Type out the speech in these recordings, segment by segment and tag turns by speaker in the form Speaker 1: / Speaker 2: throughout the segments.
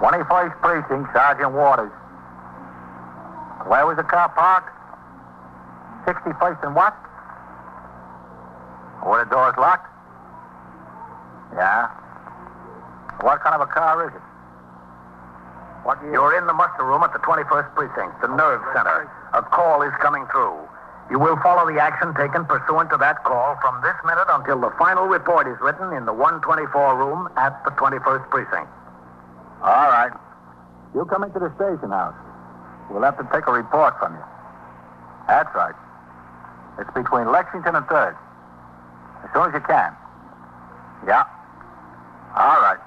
Speaker 1: 21st Precinct, Sergeant Waters. Where was the car parked? 61st and what? Were the doors locked? Yeah. What kind of a car is it? What do you...
Speaker 2: You're in the muster room at the 21st Precinct, the nerve center. A call is coming through. You will follow the action taken pursuant to that call from this minute until the final report is written in the 124 room at the 21st Precinct.
Speaker 1: All right. You come into the station house. We'll have to take a report from you. That's right. It's between Lexington and Third. As soon as you can. Yeah. All right.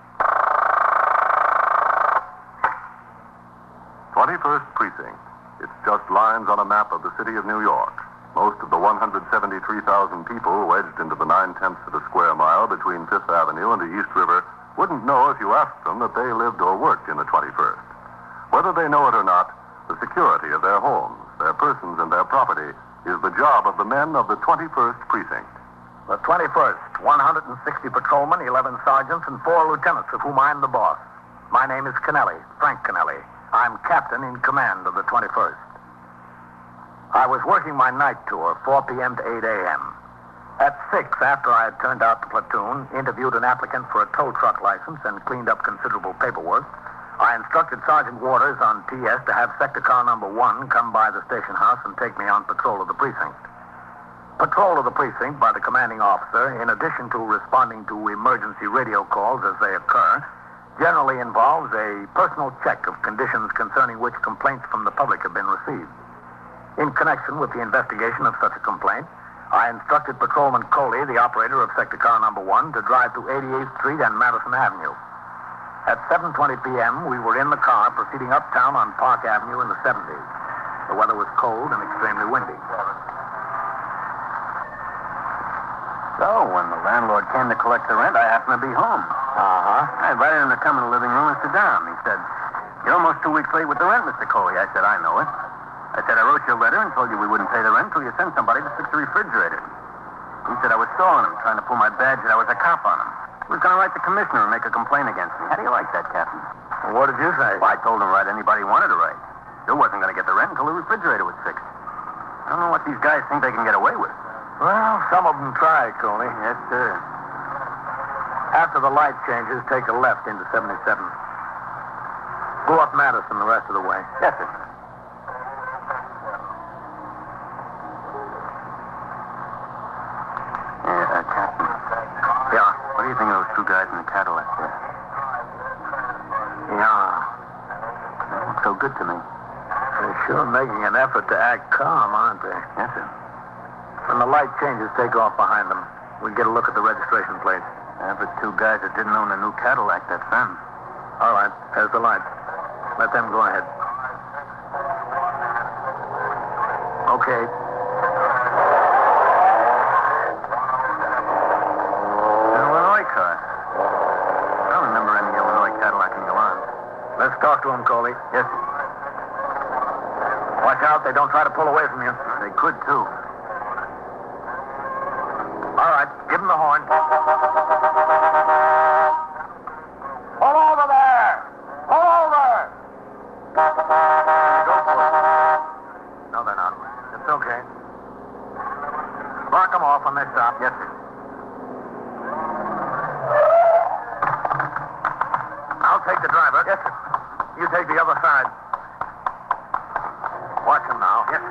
Speaker 3: 21st Precinct. It's just lines on a map of the city of New York. Most of the 173,000 people wedged into the nine-tenths of a square mile between Fifth Avenue and the East River wouldn't know if you asked them that they lived or worked in the 21st. Whether they know it or not, the security of their homes, their persons, and their property is the job of the men of the 21st Precinct.
Speaker 2: The 21st, 160 patrolmen, 11 sergeants, and four lieutenants, of whom I'm the boss. My name is Kennelly, Frank Kennelly. I'm captain in command of the 21st. I was working my night tour, 4 p.m. to 8 a.m. At 6, after I had turned out the platoon, interviewed an applicant for a tow truck license, and cleaned up considerable paperwork, I instructed Sergeant Waters on TS to have sector car number one come by the station house and take me on patrol of the precinct. Patrol of the precinct by the commanding officer, in addition to responding to emergency radio calls as they occur, generally involves a personal check of conditions concerning which complaints from the public have been received. In connection with the investigation of such a complaint, I instructed Patrolman Coley, the operator of sector car number one, to drive to 88th Street and Madison Avenue. At 7.20 p.m., we were in the car proceeding uptown on Park Avenue in the 70s. The weather was cold and extremely windy.
Speaker 4: So when the landlord came to collect the rent, I happened to be home.
Speaker 2: Uh-huh.
Speaker 4: I invited him to come in the living room and sit down. He said, You're almost two weeks late with the rent, Mr. Coley. I said, I know it. I said, I wrote you a letter and told you we wouldn't pay the rent until you sent somebody to fix the refrigerator. He said I was stalling him, trying to pull my badge that I was a cop on him. He was going to write the commissioner and make a complaint against me. How do you like that, Captain?
Speaker 2: What did you say?
Speaker 4: Well, I told him to write anybody he wanted to write. Still wasn't going to get the rent until the refrigerator was fixed. I don't know what these guys think they can get away with.
Speaker 2: Well, some of them try, Coley.
Speaker 4: Yes, sir.
Speaker 2: After the light changes, take a left into 77. Go up Madison the rest of the way.
Speaker 4: Yes, sir. Yeah, uh, Captain.
Speaker 2: Yeah,
Speaker 4: What do you think of those two guys in the Cadillac there?
Speaker 2: yeah.
Speaker 4: They look so good to me.
Speaker 2: They're sure making an effort to act calm, aren't they?
Speaker 4: Yes, sir.
Speaker 2: When the light changes, take off behind them. We get a look at the registration plate.
Speaker 4: Yeah, but two guys that didn't own a new Cadillac, that's them.
Speaker 2: All right, there's the light. Let them go ahead. Okay.
Speaker 4: An Illinois car. I don't remember any Illinois Cadillac in Milan.
Speaker 2: Let's talk to them, Coley.
Speaker 4: Yes, sir.
Speaker 2: Watch out, they don't try to pull away from you.
Speaker 4: They could, too.
Speaker 2: All right, give them the horn.
Speaker 1: Pull over there! Pull over!
Speaker 2: Go for it. No, they're not. It's okay. Mark them off when they stop. Yes, sir. I'll take the driver. Yes, sir. You take the other side. Watch him now. Yes,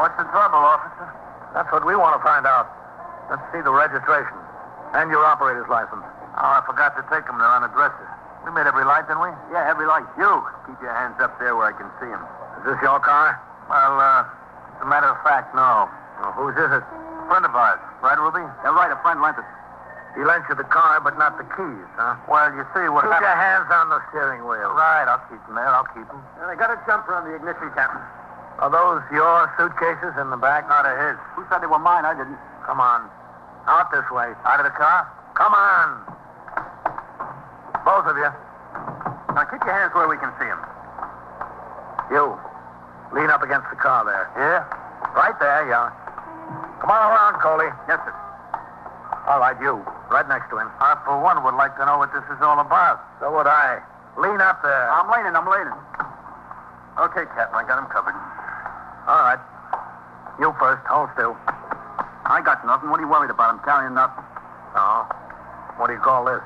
Speaker 4: What's the trouble, officer?
Speaker 2: That's what we want to find out. Let's see the registration and your operator's license.
Speaker 4: Oh, I forgot to take them. They're on a dresser. We made every light, didn't we? Yeah, every light. You keep your hands up there where I can see them.
Speaker 2: Is this your car?
Speaker 4: Well, uh, as a matter of fact, no.
Speaker 2: Well, whose is it?
Speaker 4: Friend of ours, right, Ruby? Yeah, right. A friend lent us.
Speaker 2: He lent you the car, but not the keys, huh?
Speaker 4: Well, you see what
Speaker 2: Keep your hands on the steering wheel.
Speaker 4: Right, I'll keep them there. I'll keep them.
Speaker 2: I got a jumper on the ignition, Captain. Are those your suitcases in the back? Not of his.
Speaker 4: Who said they were mine? I didn't.
Speaker 2: Come on. Out this way.
Speaker 4: Out of the car?
Speaker 2: Come on. Both of you.
Speaker 4: Now keep your hands where we can see them.
Speaker 2: You. Lean up against the car there.
Speaker 4: Yeah?
Speaker 2: Right there, yeah. Come on around, Coley.
Speaker 4: Yes, sir.
Speaker 2: All right, you. Right next to him. I, for one, would like to know what this is all about. So would I. Lean up there.
Speaker 4: I'm leaning, I'm leaning. Okay, Captain, I got him covered.
Speaker 2: All right. You first. Hold still.
Speaker 4: I got nothing. What are you worried about? I'm carrying nothing.
Speaker 2: Oh. What do you call this?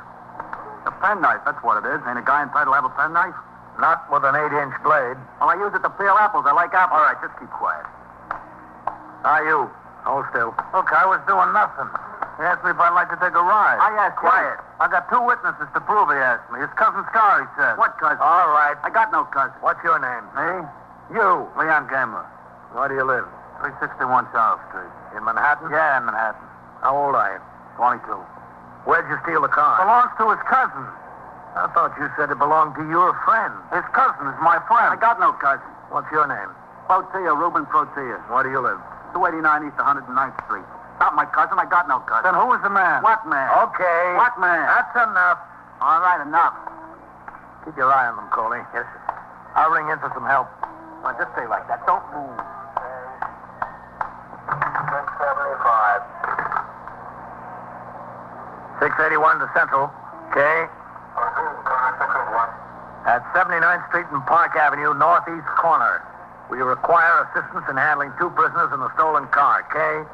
Speaker 4: A penknife, that's what it is. Ain't a guy entitled to have a penknife?
Speaker 2: Not with an eight-inch blade.
Speaker 4: Well, I use it to peel apples. I like apples.
Speaker 2: All right, just keep quiet. Now, you. Hold still.
Speaker 4: Look, I was doing nothing. He asked me if I'd like to take a ride.
Speaker 2: I asked you.
Speaker 4: Quiet. I got two witnesses to prove he asked me. His cousin Scar, he said.
Speaker 2: What cousin?
Speaker 4: All right. I got no cousin.
Speaker 2: What's your name?
Speaker 4: Me?
Speaker 2: You.
Speaker 4: Leon Gamler.
Speaker 2: Where do you live?
Speaker 4: 361 Charles Street.
Speaker 2: In Manhattan?
Speaker 4: Yeah, in Manhattan.
Speaker 2: How old are you?
Speaker 4: 22.
Speaker 2: Where'd you steal the car?
Speaker 4: Belongs to his cousin.
Speaker 2: I thought you said it belonged to your friend.
Speaker 4: His cousin is my friend.
Speaker 2: I got no cousin. What's your name?
Speaker 4: Protea, Reuben Protea.
Speaker 2: Where do you live?
Speaker 4: 289 East 109th Street. Not my cousin. I got no cousin.
Speaker 2: Then who is the man?
Speaker 4: What man?
Speaker 2: Okay.
Speaker 4: What man?
Speaker 2: That's enough.
Speaker 4: All right, enough.
Speaker 2: Keep your eye on them, Coley. Yes, sir. I'll ring in for some help.
Speaker 4: Now, just stay like that. Don't move.
Speaker 2: 681 to Central. Okay. At 79th Street and Park Avenue, northeast corner. We require assistance in handling two prisoners in the stolen car. Okay.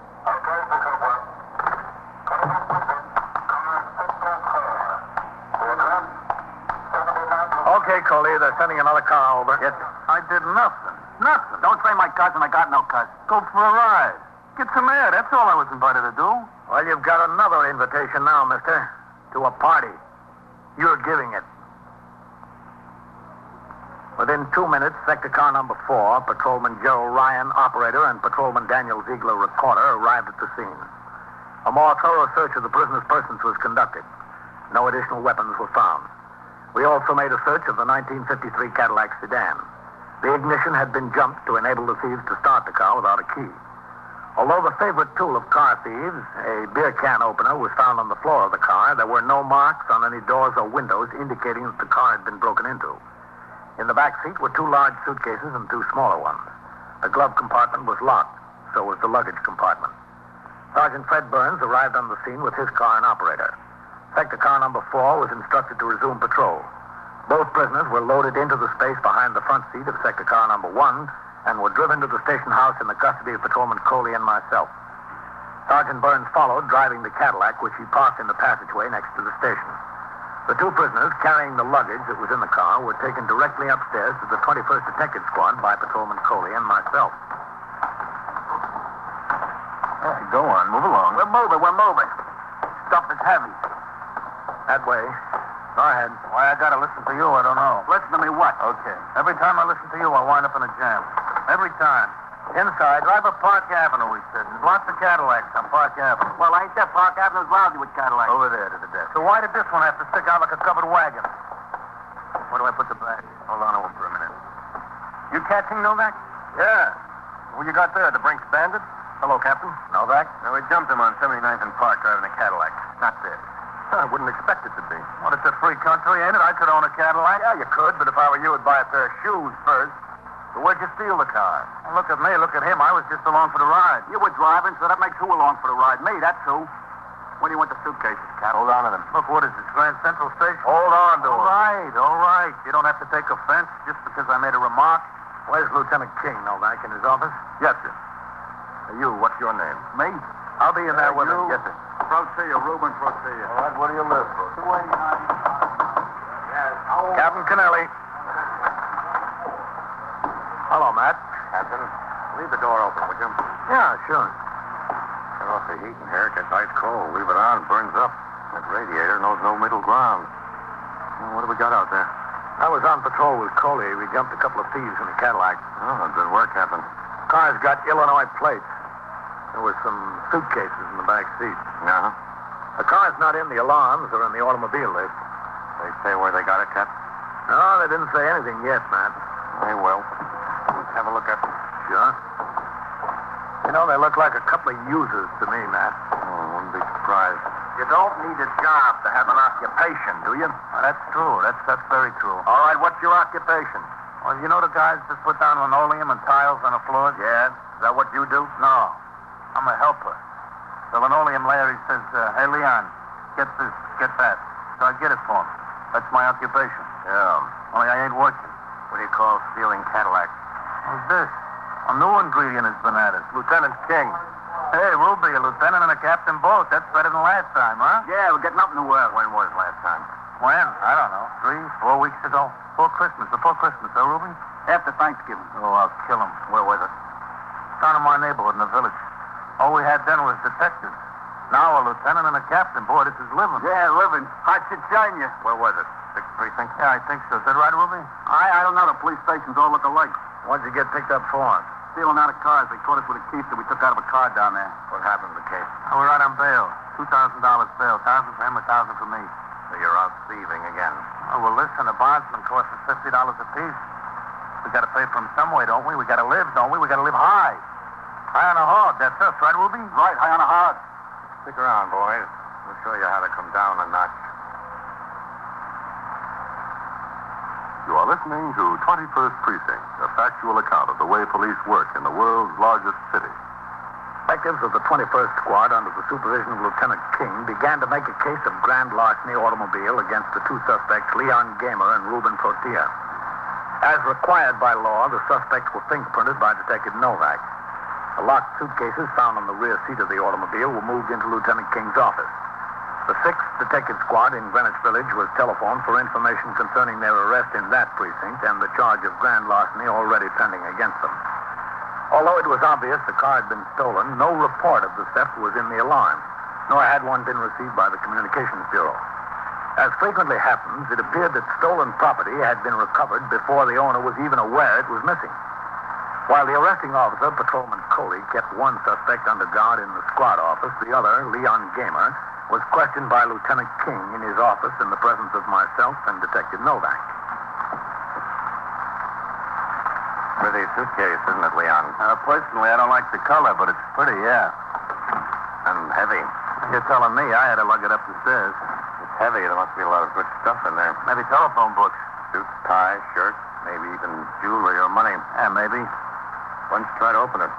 Speaker 2: Okay, Coley, they're sending another car over.
Speaker 4: Yes, sir.
Speaker 2: I did nothing. Nothing.
Speaker 4: Don't say my cousin. I got no cousin.
Speaker 2: Go for a ride.
Speaker 4: Get some air. That's all I was invited to do.
Speaker 2: Well, you've got another invitation now, mister, to a party. You're giving it. Within two minutes, sector car number four, Patrolman Gerald Ryan, operator, and Patrolman Daniel Ziegler, recorder, arrived at the scene. A more thorough search of the prisoner's persons was conducted. No additional weapons were found. We also made a search of the 1953 Cadillac sedan. The ignition had been jumped to enable the thieves to start the car without a key. Although the favorite tool of car thieves, a beer can opener, was found on the floor of the car, there were no marks on any doors or windows indicating that the car had been broken into. In the back seat were two large suitcases and two smaller ones. The glove compartment was locked, so was the luggage compartment. Sergeant Fred Burns arrived on the scene with his car and operator. Sector car number four was instructed to resume patrol. Both prisoners were loaded into the space behind the front seat of sector car number one and were driven to the station house in the custody of Patrolman Coley and myself. Sergeant Burns followed, driving the Cadillac, which he parked in the passageway next to the station. The two prisoners carrying the luggage that was in the car were taken directly upstairs to the 21st Detective Squad by Patrolman Coley and myself.
Speaker 3: go on, move along.
Speaker 4: We're moving. We're moving. Stuff is heavy.
Speaker 2: That way. Go ahead.
Speaker 4: Why I gotta listen to you, I don't know. Listen to me what?
Speaker 2: Okay.
Speaker 4: Every time I listen to you, I wind up in a jam. Every time. Inside, drive up Park Avenue, we said. There's lots of Cadillacs on Park Avenue. Well, ain't that Park Avenue's lousy with Cadillacs.
Speaker 2: Over there to the desk.
Speaker 4: So why did this one have to stick out like a covered wagon?
Speaker 2: Where do I put the bag? Hold on over for a minute.
Speaker 4: You catching Novak?
Speaker 2: Yeah. What you got there? The Brinks Bandit?
Speaker 4: Hello, Captain.
Speaker 2: Novak?
Speaker 4: No, we jumped him on 79th and Park driving a Cadillac. Not this.
Speaker 3: I wouldn't expect it to be.
Speaker 4: Well, it's a free country, ain't it? I could own a Cadillac.
Speaker 2: Yeah, you could, but if I were you, I'd buy a pair of shoes first. So where'd you steal the car?
Speaker 4: Well, look at me, look at him. I was just along for the ride.
Speaker 2: You were driving, so that makes who along for the ride? Me, that's who. Where do you want the suitcases, Cap?
Speaker 4: Hold on to them. Look, what is this, Grand Central Station?
Speaker 2: Hold on to
Speaker 4: All
Speaker 2: them.
Speaker 4: right, all right. You don't have to take offense just because I made a remark.
Speaker 2: Where's Lieutenant King, Novak, in his office?
Speaker 3: Yes, sir. Uh, You, what's your name?
Speaker 4: Me?
Speaker 2: I'll be in there
Speaker 3: Uh,
Speaker 2: with him.
Speaker 3: you-
Speaker 2: Yes, sir.
Speaker 4: Protea, Reuben Protea.
Speaker 3: All right, what do you live for?
Speaker 2: Captain Kennelly. Hello, Matt.
Speaker 3: Captain, leave the door open, would you?
Speaker 2: Yeah, sure.
Speaker 3: Cut off the heat in here. It gets ice cold. Leave it on, burns up. That radiator knows no middle ground. Well, what do we got out there?
Speaker 2: I was on patrol with Coley. We jumped a couple of thieves in a Cadillac.
Speaker 3: Oh, good work, Captain.
Speaker 2: Car's got Illinois plates. There were some suitcases in the back seat.
Speaker 3: Uh-huh.
Speaker 2: The car's not in the alarms or in the automobile list.
Speaker 3: They say where they got it, Captain?
Speaker 2: No, they didn't say anything yet, Matt.
Speaker 3: They will. Let's have a look at them.
Speaker 2: Sure. You know, they look like a couple of users to me, Matt.
Speaker 3: Oh, wouldn't be surprised.
Speaker 4: You don't need a job to have an occupation, do you?
Speaker 2: That's true. That's that's very true.
Speaker 4: All right, what's your occupation?
Speaker 2: Well, you know the guys just put down linoleum and tiles on the floors?
Speaker 4: Yeah? Is that what you do?
Speaker 2: No. I'm a helper. The linoleum layer, he says, uh, hey, Leon, get this, get that. So I get it for him. That's my occupation.
Speaker 4: Yeah.
Speaker 2: Only I ain't working.
Speaker 4: What do you call stealing Cadillacs?
Speaker 2: Who's this? A new ingredient has been added.
Speaker 1: Lieutenant King.
Speaker 2: Hey, Ruby, a lieutenant and a captain both. That's better than last time, huh?
Speaker 4: Yeah, we're getting up in the world. When was last time?
Speaker 2: When? I don't know. Three, four weeks ago. Before Christmas. Before Christmas, huh, Ruby?
Speaker 4: After Thanksgiving.
Speaker 2: Oh, I'll kill him.
Speaker 4: Where was it?
Speaker 2: Down in my neighborhood in the village. All we had then was detectives. Now a lieutenant and a captain. Boy, this is living.
Speaker 4: Yeah, living. I should join you.
Speaker 2: Where was it? Six precinct? Yeah, I think so. Is that right, Ruby?
Speaker 4: I, I don't know. The police stations all look alike.
Speaker 2: What'd you get picked up for?
Speaker 4: Stealing out of cars. They caught us with a key that we took out of a car down there.
Speaker 2: What happened to the case? I was out on bail. $2,000 bail. 1000 for him, a 1000 for me.
Speaker 4: So you're out thieving again.
Speaker 2: Oh, well, listen, a bondsman costs us $50 apiece. We got to pay for him some way, don't we? We got to live, don't we? We got to live high. High on a hog, that's us, right, Ruby?
Speaker 4: Right, high on a hog.
Speaker 2: Stick around, boys. We'll show you how to come down a notch.
Speaker 3: You are listening to 21st Precinct, a factual account of the way police work in the world's largest city.
Speaker 2: Detectives of the 21st Squad, under the supervision of Lieutenant King, began to make a case of grand larceny automobile against the two suspects, Leon Gamer and Ruben Portilla. As required by law, the suspects were fingerprinted by Detective Novak. The locked suitcases found on the rear seat of the automobile were moved into Lieutenant King's office. The 6th Detective Squad in Greenwich Village was telephoned for information concerning their arrest in that precinct and the charge of grand larceny already pending against them. Although it was obvious the car had been stolen, no report of the theft was in the alarm, nor had one been received by the Communications Bureau. As frequently happens, it appeared that stolen property had been recovered before the owner was even aware it was missing. While the arresting officer, Patrolman Coley, kept one suspect under guard in the squad office, the other, Leon Gamer, was questioned by Lieutenant King in his office in the presence of myself and Detective Novak.
Speaker 4: Pretty suitcase, isn't it, Leon?
Speaker 2: Uh, personally, I don't like the color, but it's pretty, yeah.
Speaker 4: And heavy.
Speaker 2: You're telling me I had to lug it up the stairs.
Speaker 4: It's heavy. There must be a lot of good stuff in there.
Speaker 2: Maybe telephone books.
Speaker 4: Suits, tie, shirt, maybe even jewelry or money.
Speaker 2: Yeah, maybe.
Speaker 4: Why don't you try to open it?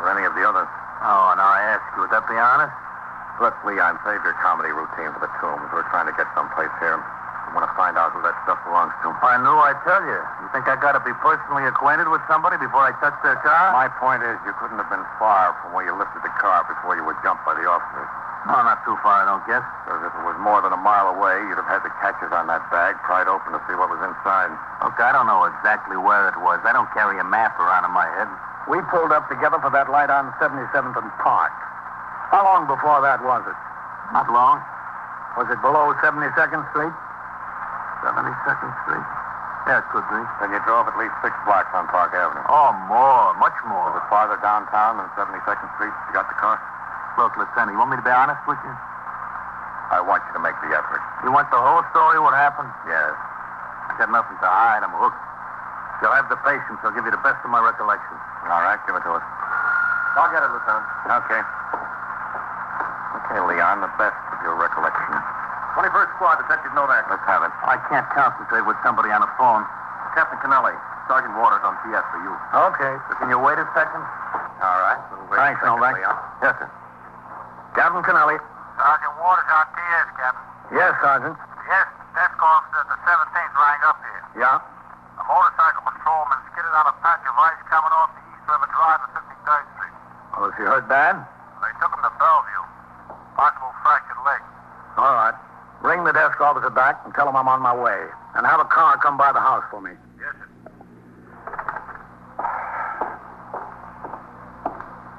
Speaker 4: Or any of the others?
Speaker 2: Oh, now I ask you, would that be honest?
Speaker 4: Look, Leon, save your comedy routine for the tombs. We're trying to get someplace here. We want to find out who that stuff belongs to.
Speaker 2: I know, I tell you. You think I gotta be personally acquainted with somebody before I touch their car?
Speaker 4: My point is, you couldn't have been far from where you lifted the car before you were jumped by the officers.
Speaker 2: No, not too far, I don't guess.
Speaker 4: Because if it was more than a mile away, you'd have had the catches on that bag pried open to see what was inside.
Speaker 2: Look, I don't know exactly where it was. I don't carry a map around in my head.
Speaker 4: We pulled up together for that light on 77th and Park. How long before that was it?
Speaker 2: Not long.
Speaker 4: Was it below 72nd Street?
Speaker 2: 72nd Street? Yeah, it could be.
Speaker 4: Then you drove at least six blocks on Park Avenue.
Speaker 2: Oh, more, much more.
Speaker 4: Was it farther downtown than 72nd Street? You got the car?
Speaker 2: Look, Lieutenant, you want me to be honest with you?
Speaker 4: I want you to make the effort.
Speaker 2: You want the whole story, what happened?
Speaker 4: Yes.
Speaker 2: I got nothing to hide. I'm hooked. You'll have the patience. I'll give you the best of my recollection.
Speaker 4: All right, give it to us.
Speaker 1: I'll get it, Lieutenant.
Speaker 4: Okay. Okay, Leon, the best of your recollection.
Speaker 1: 21st Squad, Detective Novak.
Speaker 4: Let's have it.
Speaker 2: I can't concentrate with somebody on the phone.
Speaker 1: Captain Canelli, Sergeant Waters on PS for you.
Speaker 2: Okay. So can you wait a second?
Speaker 4: All right. We'll wait
Speaker 2: Thanks,
Speaker 4: a second,
Speaker 2: Novak.
Speaker 4: Leon.
Speaker 2: Yes, sir. Captain Canelli.
Speaker 5: Sergeant Waters on DS, Captain.
Speaker 2: Yes, Sergeant.
Speaker 5: Yes, desk officer at the 17th rang up here.
Speaker 2: Yeah?
Speaker 5: A motorcycle patrolman skidded on a patch of ice coming off the East River Drive at 53rd Street.
Speaker 2: Well, if you heard bad,
Speaker 5: They took him to Bellevue. Possible fractured leg.
Speaker 2: all right. Ring the desk officer back and tell him I'm on my way. And have a car come by the house for me.
Speaker 5: Yes, sir.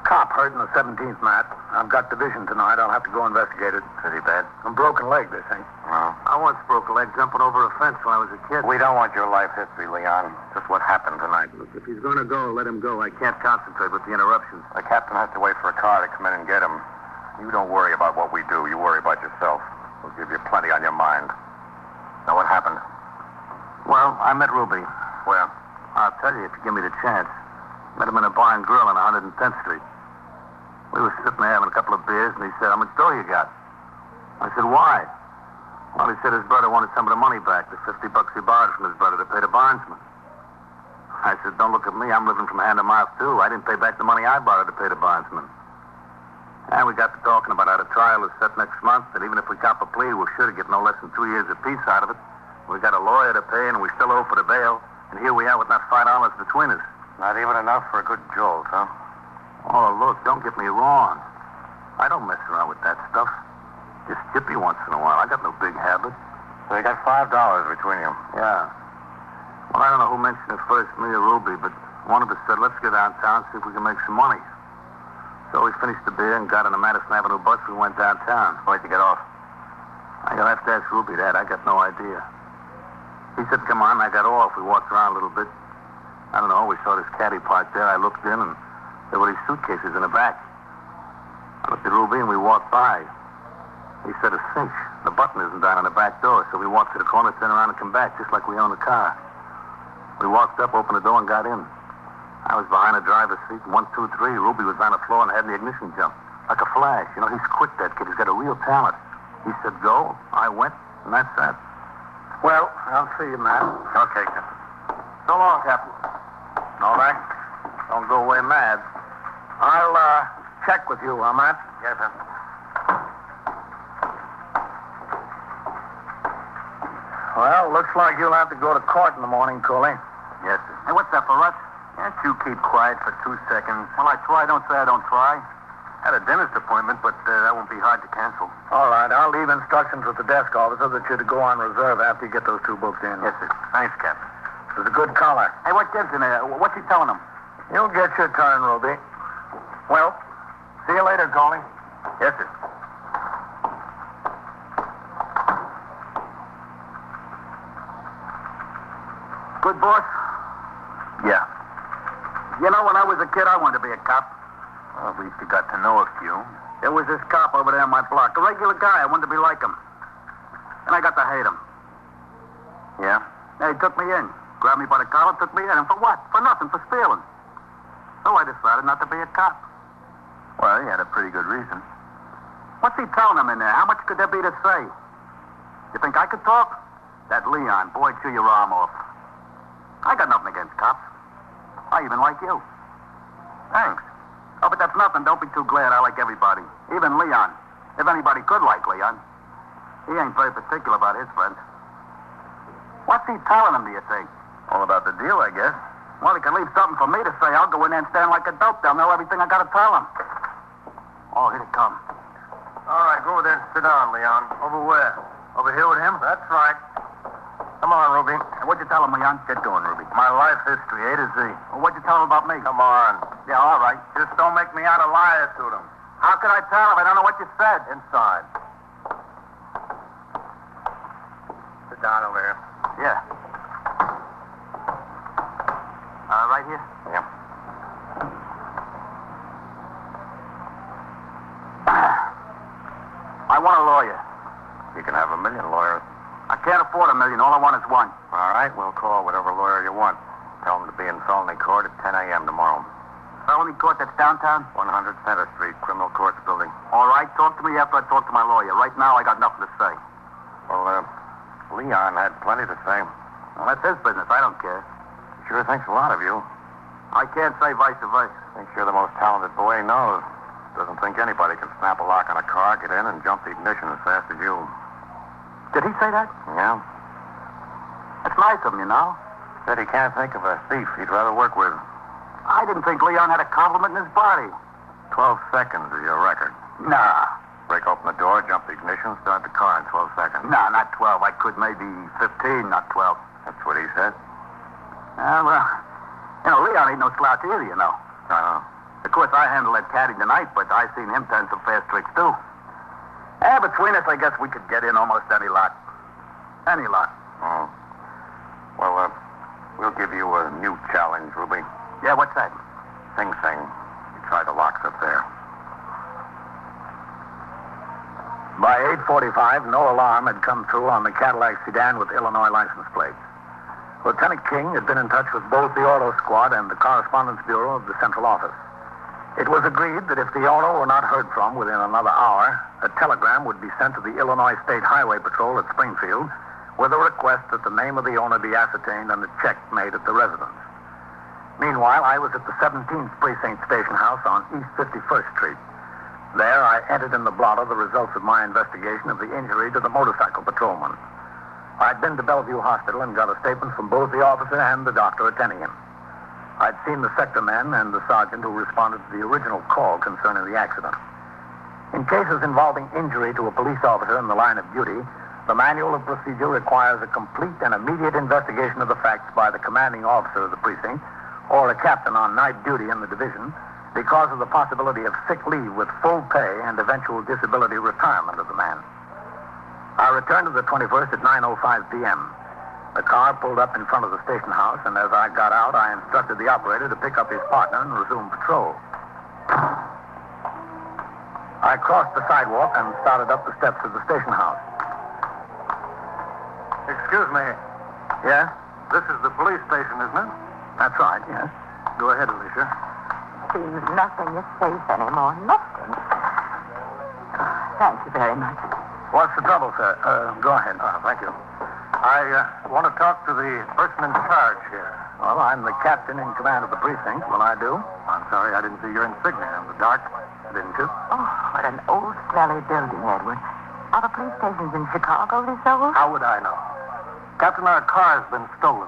Speaker 2: Cop hurt in the 17th, Matt. I've got division tonight. I'll have to go investigate it.
Speaker 4: Pretty bad.
Speaker 2: A broken leg, they think.
Speaker 4: Well,
Speaker 2: I once broke a leg jumping over a fence when I was a kid.
Speaker 4: we don't want your life history, Leon. Just what happened tonight.
Speaker 2: If he's going to go, let him go. I can't concentrate with the interruptions.
Speaker 4: The captain has to wait for a car to come in and get him. You don't worry about what we do. You worry about yourself. We'll give you plenty on your mind. Now, what happened?
Speaker 2: Well, I met Ruby.
Speaker 4: Where?
Speaker 2: I'll tell you if you give me the chance. Met him in a bar and grill on 110th Street. We were sitting there having a couple of beers, and he said, How much dough you got? I said, Why? Well, he said his brother wanted some of the money back, the 50 bucks he borrowed from his brother to pay the bondsman. I said, Don't look at me. I'm living from hand to mouth, too. I didn't pay back the money I borrowed to pay the bondsman. And we got to talking about how the trial is set next month, and even if we cop a plea, we're sure to get no less than two years apiece out of it. We got a lawyer to pay, and we still owe for the bail. And here we are with not five dollars between us.
Speaker 3: Not even enough for a good jolt, huh?
Speaker 2: Oh, look, don't get me wrong. I don't mess around with that stuff. Just jippy once in a while. I got no big habit.
Speaker 3: So you got five dollars between you.
Speaker 2: Yeah. Well, I don't know who mentioned it first, me or Ruby, but one of us said, let's go downtown, see if we can make some money. So we finished the beer and got on a Madison Avenue bus. We went downtown.
Speaker 3: Where'd you get off?
Speaker 2: I got have to ask Ruby that. I got no idea. He said, come on. I got off. We walked around a little bit. I don't know. We saw this caddy parked there. I looked in, and there were these suitcases in the back. I looked at Ruby, and we walked by. He said, a cinch. The button isn't down on the back door, so we walked to the corner, turned around, and come back, just like we own the car. We walked up, opened the door, and got in. I was behind the driver's seat. One, two, three. Ruby was on the floor and had the ignition jump. Like a flash. You know, he's quick, that kid. He's got a real talent. He said, go. I went, and that's that.
Speaker 3: Well, I'll see you, man.
Speaker 2: Okay, Captain.
Speaker 3: So long, Captain.
Speaker 2: All right. Don't go away mad. I'll uh, check with you on that.
Speaker 3: Yes, sir. Well, looks like you'll have to go to court in the morning, Coley.
Speaker 2: Yes, sir.
Speaker 3: Hey, what's that for, Russ?
Speaker 2: Can't you keep quiet for two seconds?
Speaker 3: Well, I try. Don't say I don't try.
Speaker 2: Had a dentist appointment, but uh, that won't be hard to cancel.
Speaker 3: All right, I'll leave instructions with the desk officer that you're to go on reserve after you get those two books in.
Speaker 2: Yes, sir. Thanks, Captain.
Speaker 3: It was a good collar.
Speaker 2: Hey, what gives him? Uh, what's he telling him?
Speaker 3: You'll get your turn, Ruby. Well, see you later, Coley.
Speaker 2: Yes, sir. Good boss?
Speaker 3: Yeah.
Speaker 2: You know, when I was a kid, I wanted to be a cop.
Speaker 3: Well, at least you got to know a few.
Speaker 2: There was this cop over there on my block, a regular guy. I wanted to be like him. And I got to hate him.
Speaker 3: Yeah?
Speaker 2: Yeah, he took me in. Grabbed me by the collar, took me in. And for what? For nothing, for stealing. So I decided not to be a cop.
Speaker 3: Well, you had a pretty good reason.
Speaker 2: What's he telling him in there? How much could there be to say? You think I could talk? That Leon, boy, chew your arm off. I got nothing against cops. I even like you.
Speaker 3: Thanks.
Speaker 2: Oh, but that's nothing. Don't be too glad. I like everybody, even Leon. If anybody could like Leon, he ain't very particular about his friends. What's he telling him, do you think?
Speaker 3: All about the deal, I guess.
Speaker 2: Well, he can leave something for me to say. I'll go in there and stand like a dope. They'll know everything I gotta tell him. Oh, here they come.
Speaker 3: All right, go over there and sit down, Leon.
Speaker 2: Over where?
Speaker 3: Over here with him?
Speaker 2: That's right.
Speaker 3: Come on, Ruby.
Speaker 2: What'd you tell him, Leon?
Speaker 3: Get going, Ruby.
Speaker 2: My life history, A to Z. Well, what'd you tell him about me?
Speaker 3: Come on.
Speaker 2: Yeah, all right.
Speaker 3: Just don't make me out a liar to them.
Speaker 2: How could I tell if I don't know what you said?
Speaker 3: Inside. Sit down over here.
Speaker 2: Yeah. Uh, right here?
Speaker 3: Yeah.
Speaker 2: I want a lawyer.
Speaker 3: You can have a million lawyers.
Speaker 2: I can't afford a million. All I want is one.
Speaker 3: All right, we'll call whatever lawyer you want. Tell him to be in felony court at 10 a.m. tomorrow.
Speaker 2: Felony court that's downtown?
Speaker 3: 100 Center Street, Criminal Courts Building.
Speaker 2: All right, talk to me after I talk to my lawyer. Right now, I got nothing to say.
Speaker 3: Well, uh, Leon had plenty to say.
Speaker 2: Well, that's his business. I don't care.
Speaker 3: Sure thinks a lot of you.
Speaker 2: I can't say vice versa.
Speaker 3: Thinks you're the most talented boy he knows. Doesn't think anybody can snap a lock on a car, get in, and jump the ignition as fast as you.
Speaker 2: Did he say that?
Speaker 3: Yeah.
Speaker 2: That's nice of him, you know.
Speaker 3: Said he can't think of a thief he'd rather work with.
Speaker 2: I didn't think Leon had a compliment in his body.
Speaker 3: Twelve seconds is your record.
Speaker 2: Nah.
Speaker 3: Break open the door, jump the ignition, start the car in 12 seconds.
Speaker 2: Nah, not 12. I could maybe 15, not 12.
Speaker 3: That's what he said.
Speaker 2: Yeah, well, you know, Leon ain't no slouch either, you know.
Speaker 3: Uh-huh.
Speaker 2: Of course, I handled that caddy tonight, but I seen him turn some fast tricks, too. Yeah, between us, I guess we could get in almost any lot. Any lot.
Speaker 3: Oh. Well, uh, we'll give you a new challenge, Ruby.
Speaker 2: Yeah, what's that?
Speaker 3: Sing Sing. You try the locks up there.
Speaker 6: By 8.45, no alarm had come through on the Cadillac sedan with Illinois license plates. Lieutenant King had been in touch with both the auto squad and the correspondence bureau of the central office. It was agreed that if the auto were not heard from within another hour, a telegram would be sent to the Illinois State Highway Patrol at Springfield with a request that the name of the owner be ascertained and a check made at the residence. Meanwhile, I was at the 17th Precinct Station House on East 51st Street.
Speaker 2: There, I entered in the blotter the results of my investigation of the injury to the motorcycle patrolman. I'd been to Bellevue Hospital and got a statement from both the officer and the doctor attending him. I'd seen the sector man and the sergeant who responded to the original call concerning the accident. In cases involving injury to a police officer in the line of duty, the manual of procedure requires a complete and immediate investigation of the facts by the commanding officer of the precinct or a captain on night duty in the division because of the possibility of sick leave with full pay and eventual disability retirement of the man. I returned to the 21st at 9.05 p.m. The car pulled up in front of the station house, and as I got out, I instructed the operator to pick up his partner and resume patrol. I crossed the sidewalk and started up the steps of the station house.
Speaker 5: Excuse me.
Speaker 2: Yeah?
Speaker 5: This is the police station, isn't it?
Speaker 2: That's right, yes.
Speaker 5: Go ahead, Alicia.
Speaker 7: seems nothing is safe anymore. Nothing. Thank you very much.
Speaker 2: What's the trouble, sir? Uh, go ahead.
Speaker 5: Uh, thank you. I uh, want to talk to the person in charge here.
Speaker 2: Well, I'm the captain in command of the precinct. Will I do?
Speaker 5: I'm sorry, I didn't see your insignia in the dark. Didn't you?
Speaker 7: Oh, what an old, smelly building, Edward. Are the police stations in Chicago this old?
Speaker 5: How would I know? Captain, our car's been stolen.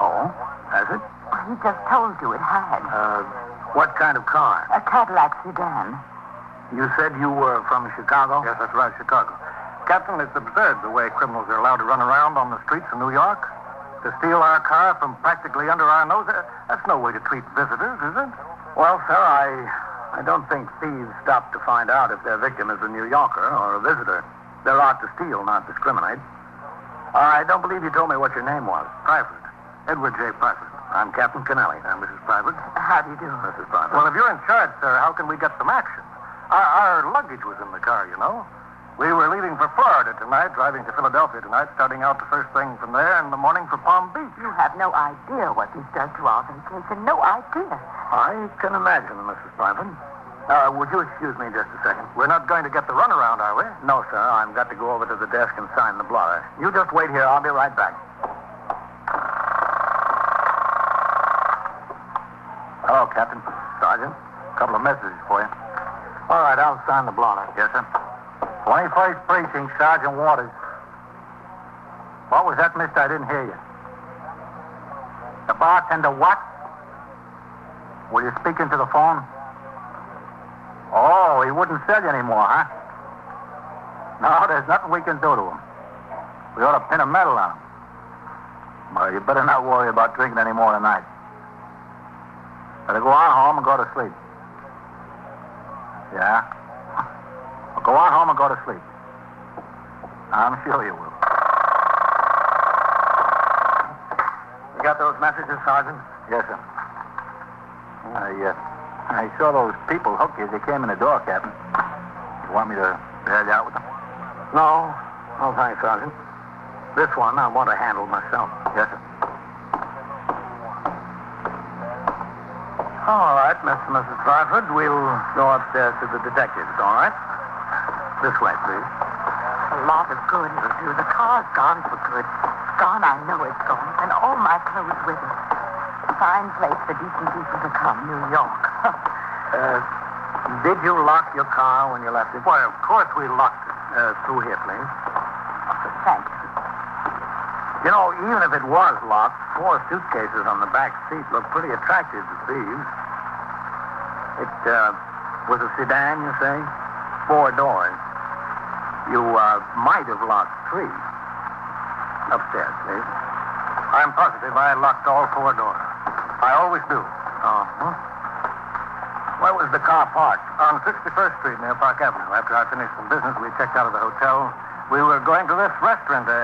Speaker 2: Oh, has it?
Speaker 7: Oh, He just told you it had.
Speaker 2: Uh, what kind of car?
Speaker 7: A Cadillac sedan.
Speaker 2: You said you were from Chicago?
Speaker 5: Yes, that's right, Chicago. Captain, it's absurd the way criminals are allowed to run around on the streets of New York. To steal our car from practically under our nose, uh, that's no way to treat visitors, is it?
Speaker 2: Well, sir, I, I don't think thieves stop to find out if their victim is a New Yorker or a visitor. They're out to steal, not discriminate. Uh, I don't believe you told me what your name was.
Speaker 5: Private. Edward J. Private.
Speaker 2: I'm Captain Kennelly.
Speaker 5: And Mrs. Private?
Speaker 7: How do you do?
Speaker 2: Mrs. Private.
Speaker 5: Well, if you're in charge, sir, how can we get some action? Our, our luggage was in the car, you know. We were leaving for Florida tonight, driving to Philadelphia tonight, starting out the first thing from there in the morning for Palm Beach.
Speaker 7: You have no idea what this does to our vacation. No idea.
Speaker 2: I can imagine, Mrs. Private. Uh, would you excuse me just a second?
Speaker 5: We're not going to get the runaround, are we?
Speaker 2: No, sir. I've got to go over to the desk and sign the blotter. You just wait here. I'll be right back. Hello, Captain. Sergeant. Couple of messages for you. All right, I'll sign the blotter.
Speaker 5: Yes, sir.
Speaker 2: 21st Precinct, Sergeant Waters. What was that, mister? I didn't hear you. The bartender what? Were you speaking to the phone? Oh, he wouldn't sell you anymore, huh? No, there's nothing we can do to him. We ought to pin a medal on him. Well, you better not worry about drinking any more tonight. Better go on home and go to sleep. Yeah? Well, go on home and go to sleep. I'm sure you will.
Speaker 5: You got those messages, Sergeant?
Speaker 2: Yes, sir. I, uh, I saw those people hook you as you came in the door, Captain. You want me to head out with them? No. No, thanks, Sergeant. This one I want to handle myself. Yes, sir. All right, Mr. and Mrs. Tharford, we'll go upstairs to the detectives, all right? This way, please.
Speaker 7: A lot of good it'll do. The car's gone for good. Gone, I know it's gone. And all my clothes with it. Fine place for decent people to come, New York.
Speaker 2: Uh, did you lock your car when you left it?
Speaker 5: Why, of course we locked it.
Speaker 2: Uh, through here, please.
Speaker 7: Thank you.
Speaker 2: You know, even if it was locked, four suitcases on the back seat look pretty attractive to thieves. It uh, was a sedan, you say? Four doors. You uh, might have locked three. Upstairs, please.
Speaker 5: I'm positive I locked all four doors. I always do.
Speaker 2: Uh-huh. Where was the car parked?
Speaker 5: On 61st Street near Park Avenue. After I finished some business, we checked out of the hotel. We were going to this restaurant, uh,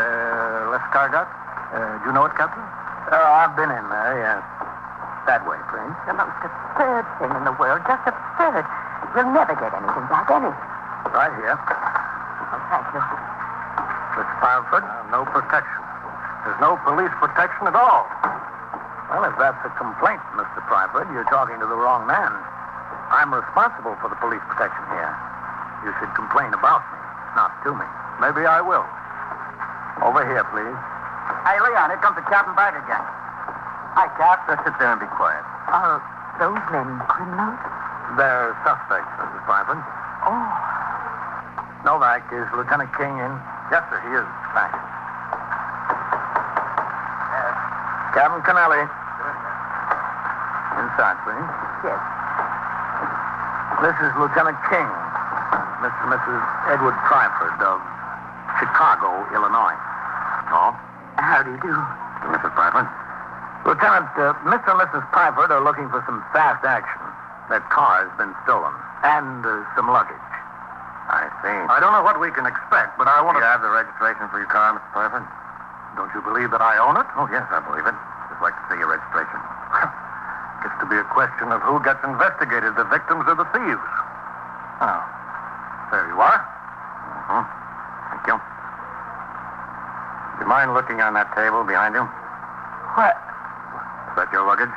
Speaker 5: Les Cargot. Uh, do you know it, Captain?
Speaker 2: Uh, I've been in there, yes. That way, please.
Speaker 7: The most absurd thing in the world. Just absurd. You'll never get anything back, any.
Speaker 2: Right here.
Speaker 7: Oh, thank you.
Speaker 5: Miss Pileford?
Speaker 2: Uh,
Speaker 5: no protection. There's no police protection at all.
Speaker 2: Well, if that's a complaint, Mr. Pryford, you're talking to the wrong man. I'm responsible for the police protection here. You should complain about me, not to me.
Speaker 5: Maybe I will.
Speaker 2: Over here, please.
Speaker 8: Hey, Leon, here comes the Captain back again. Hi, Cap.
Speaker 2: Just sit there and be quiet.
Speaker 7: Are those men criminals?
Speaker 2: They're suspects, Mrs. Pryford.
Speaker 7: Oh.
Speaker 2: Novak, is Lieutenant King in?
Speaker 4: Yes, sir, he is.
Speaker 2: Thanks. Captain Canelli. Inside, please.
Speaker 7: Yes.
Speaker 2: This is Lieutenant King, Mr. and Mrs. Edward Tryford of Chicago, Illinois.
Speaker 4: Oh?
Speaker 7: How do you do?
Speaker 4: Mrs. Tryford?
Speaker 2: Lieutenant, uh, Mr. and Mrs. Tryford are looking for some fast action. Their car has been stolen, and uh, some luggage.
Speaker 4: I see.
Speaker 5: I don't know what we can expect, but I want
Speaker 4: Do you have the registration for your car, Mr. Tryford?
Speaker 5: Don't you believe that I own it?
Speaker 4: Oh, yes, I believe it. Just like to see your registration.
Speaker 5: Gets to be a question of who gets investigated, the victims or the thieves. Oh. There you are.
Speaker 4: Mm-hmm. Thank you. Do you mind looking on that table behind you?
Speaker 7: What?
Speaker 4: Is that your luggage?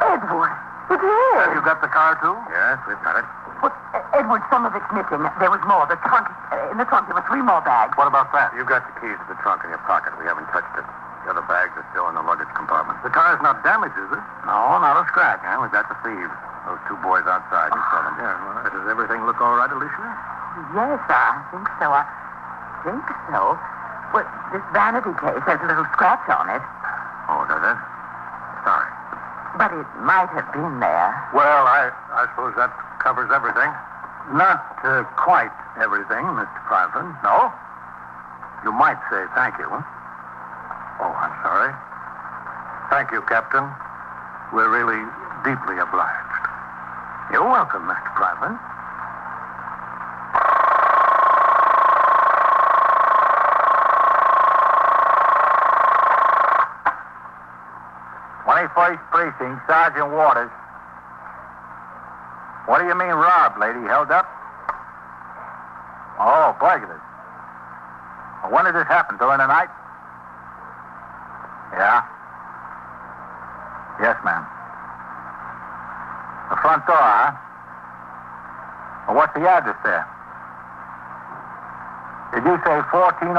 Speaker 7: Edward, it is.
Speaker 5: Have you got the car, too?
Speaker 4: Yes, we've got it.
Speaker 7: Well, E- Edward, some of it's missing. There was more. The trunk, uh, in the trunk, there were three more bags.
Speaker 5: What about that?
Speaker 4: You've got the keys to the trunk in your pocket. We haven't touched it. The other bags are still in the luggage compartment.
Speaker 5: The car's not damaged, is it?
Speaker 4: No, not a scratch. Huh? We've got the thieves. Those two boys outside. You saw them.
Speaker 5: Yeah, well, does everything look all right, Alicia?
Speaker 7: Yes, I think so. I think so. Well, this vanity case has a little scratch on it,
Speaker 4: Oh, does it? Sorry.
Speaker 7: but it might have been there.
Speaker 5: Well, I, I suppose that covers everything.
Speaker 2: Not uh, quite everything, Mr. Tryford.
Speaker 5: No?
Speaker 2: You might say thank you.
Speaker 5: Oh, I'm sorry. Thank you, Captain. We're really deeply obliged.
Speaker 2: You're welcome, Mr. Tryford.
Speaker 1: Twenty-first precinct, Sergeant Waters. What do you mean robbed, lady? Held up? Oh, burglars. Well, When did this happen? During the night? Yeah. Yes, ma'am. The front door, huh? Well, what's the address there? Did you say 1405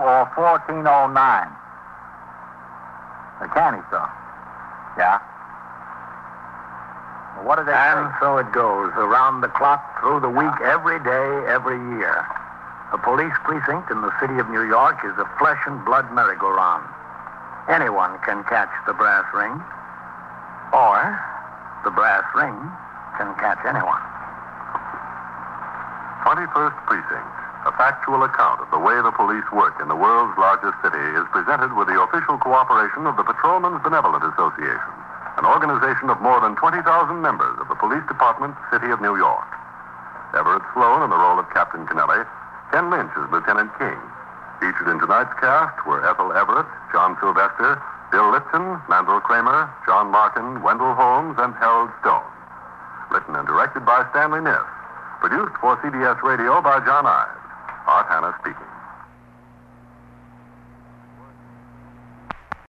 Speaker 1: or 1409? The candy store. Yeah. Well, what did they say?
Speaker 2: And so it goes, around the clock, through the week, every day, every year. A police precinct in the city of New York is a flesh and blood merry-go-round. Anyone can catch the brass ring, or the brass ring can catch anyone.
Speaker 3: 21st Precinct, a factual account of the way the police work in the world's largest city, is presented with the official cooperation of the Patrolmen's Benevolent Association, an organization of more than 20,000 members of the Police Department, City of New York. Everett Sloan in the role of Captain Kennelly, Ken Lynch as Lieutenant King. Featured in tonight's cast were Ethel Everett, John Sylvester, Bill Lipton, Mandel Kramer, John Larkin, Wendell Holmes, and Harold Stone. Written and directed by Stanley Niss. Produced for CBS Radio by John Ives. Art Hannah speaking.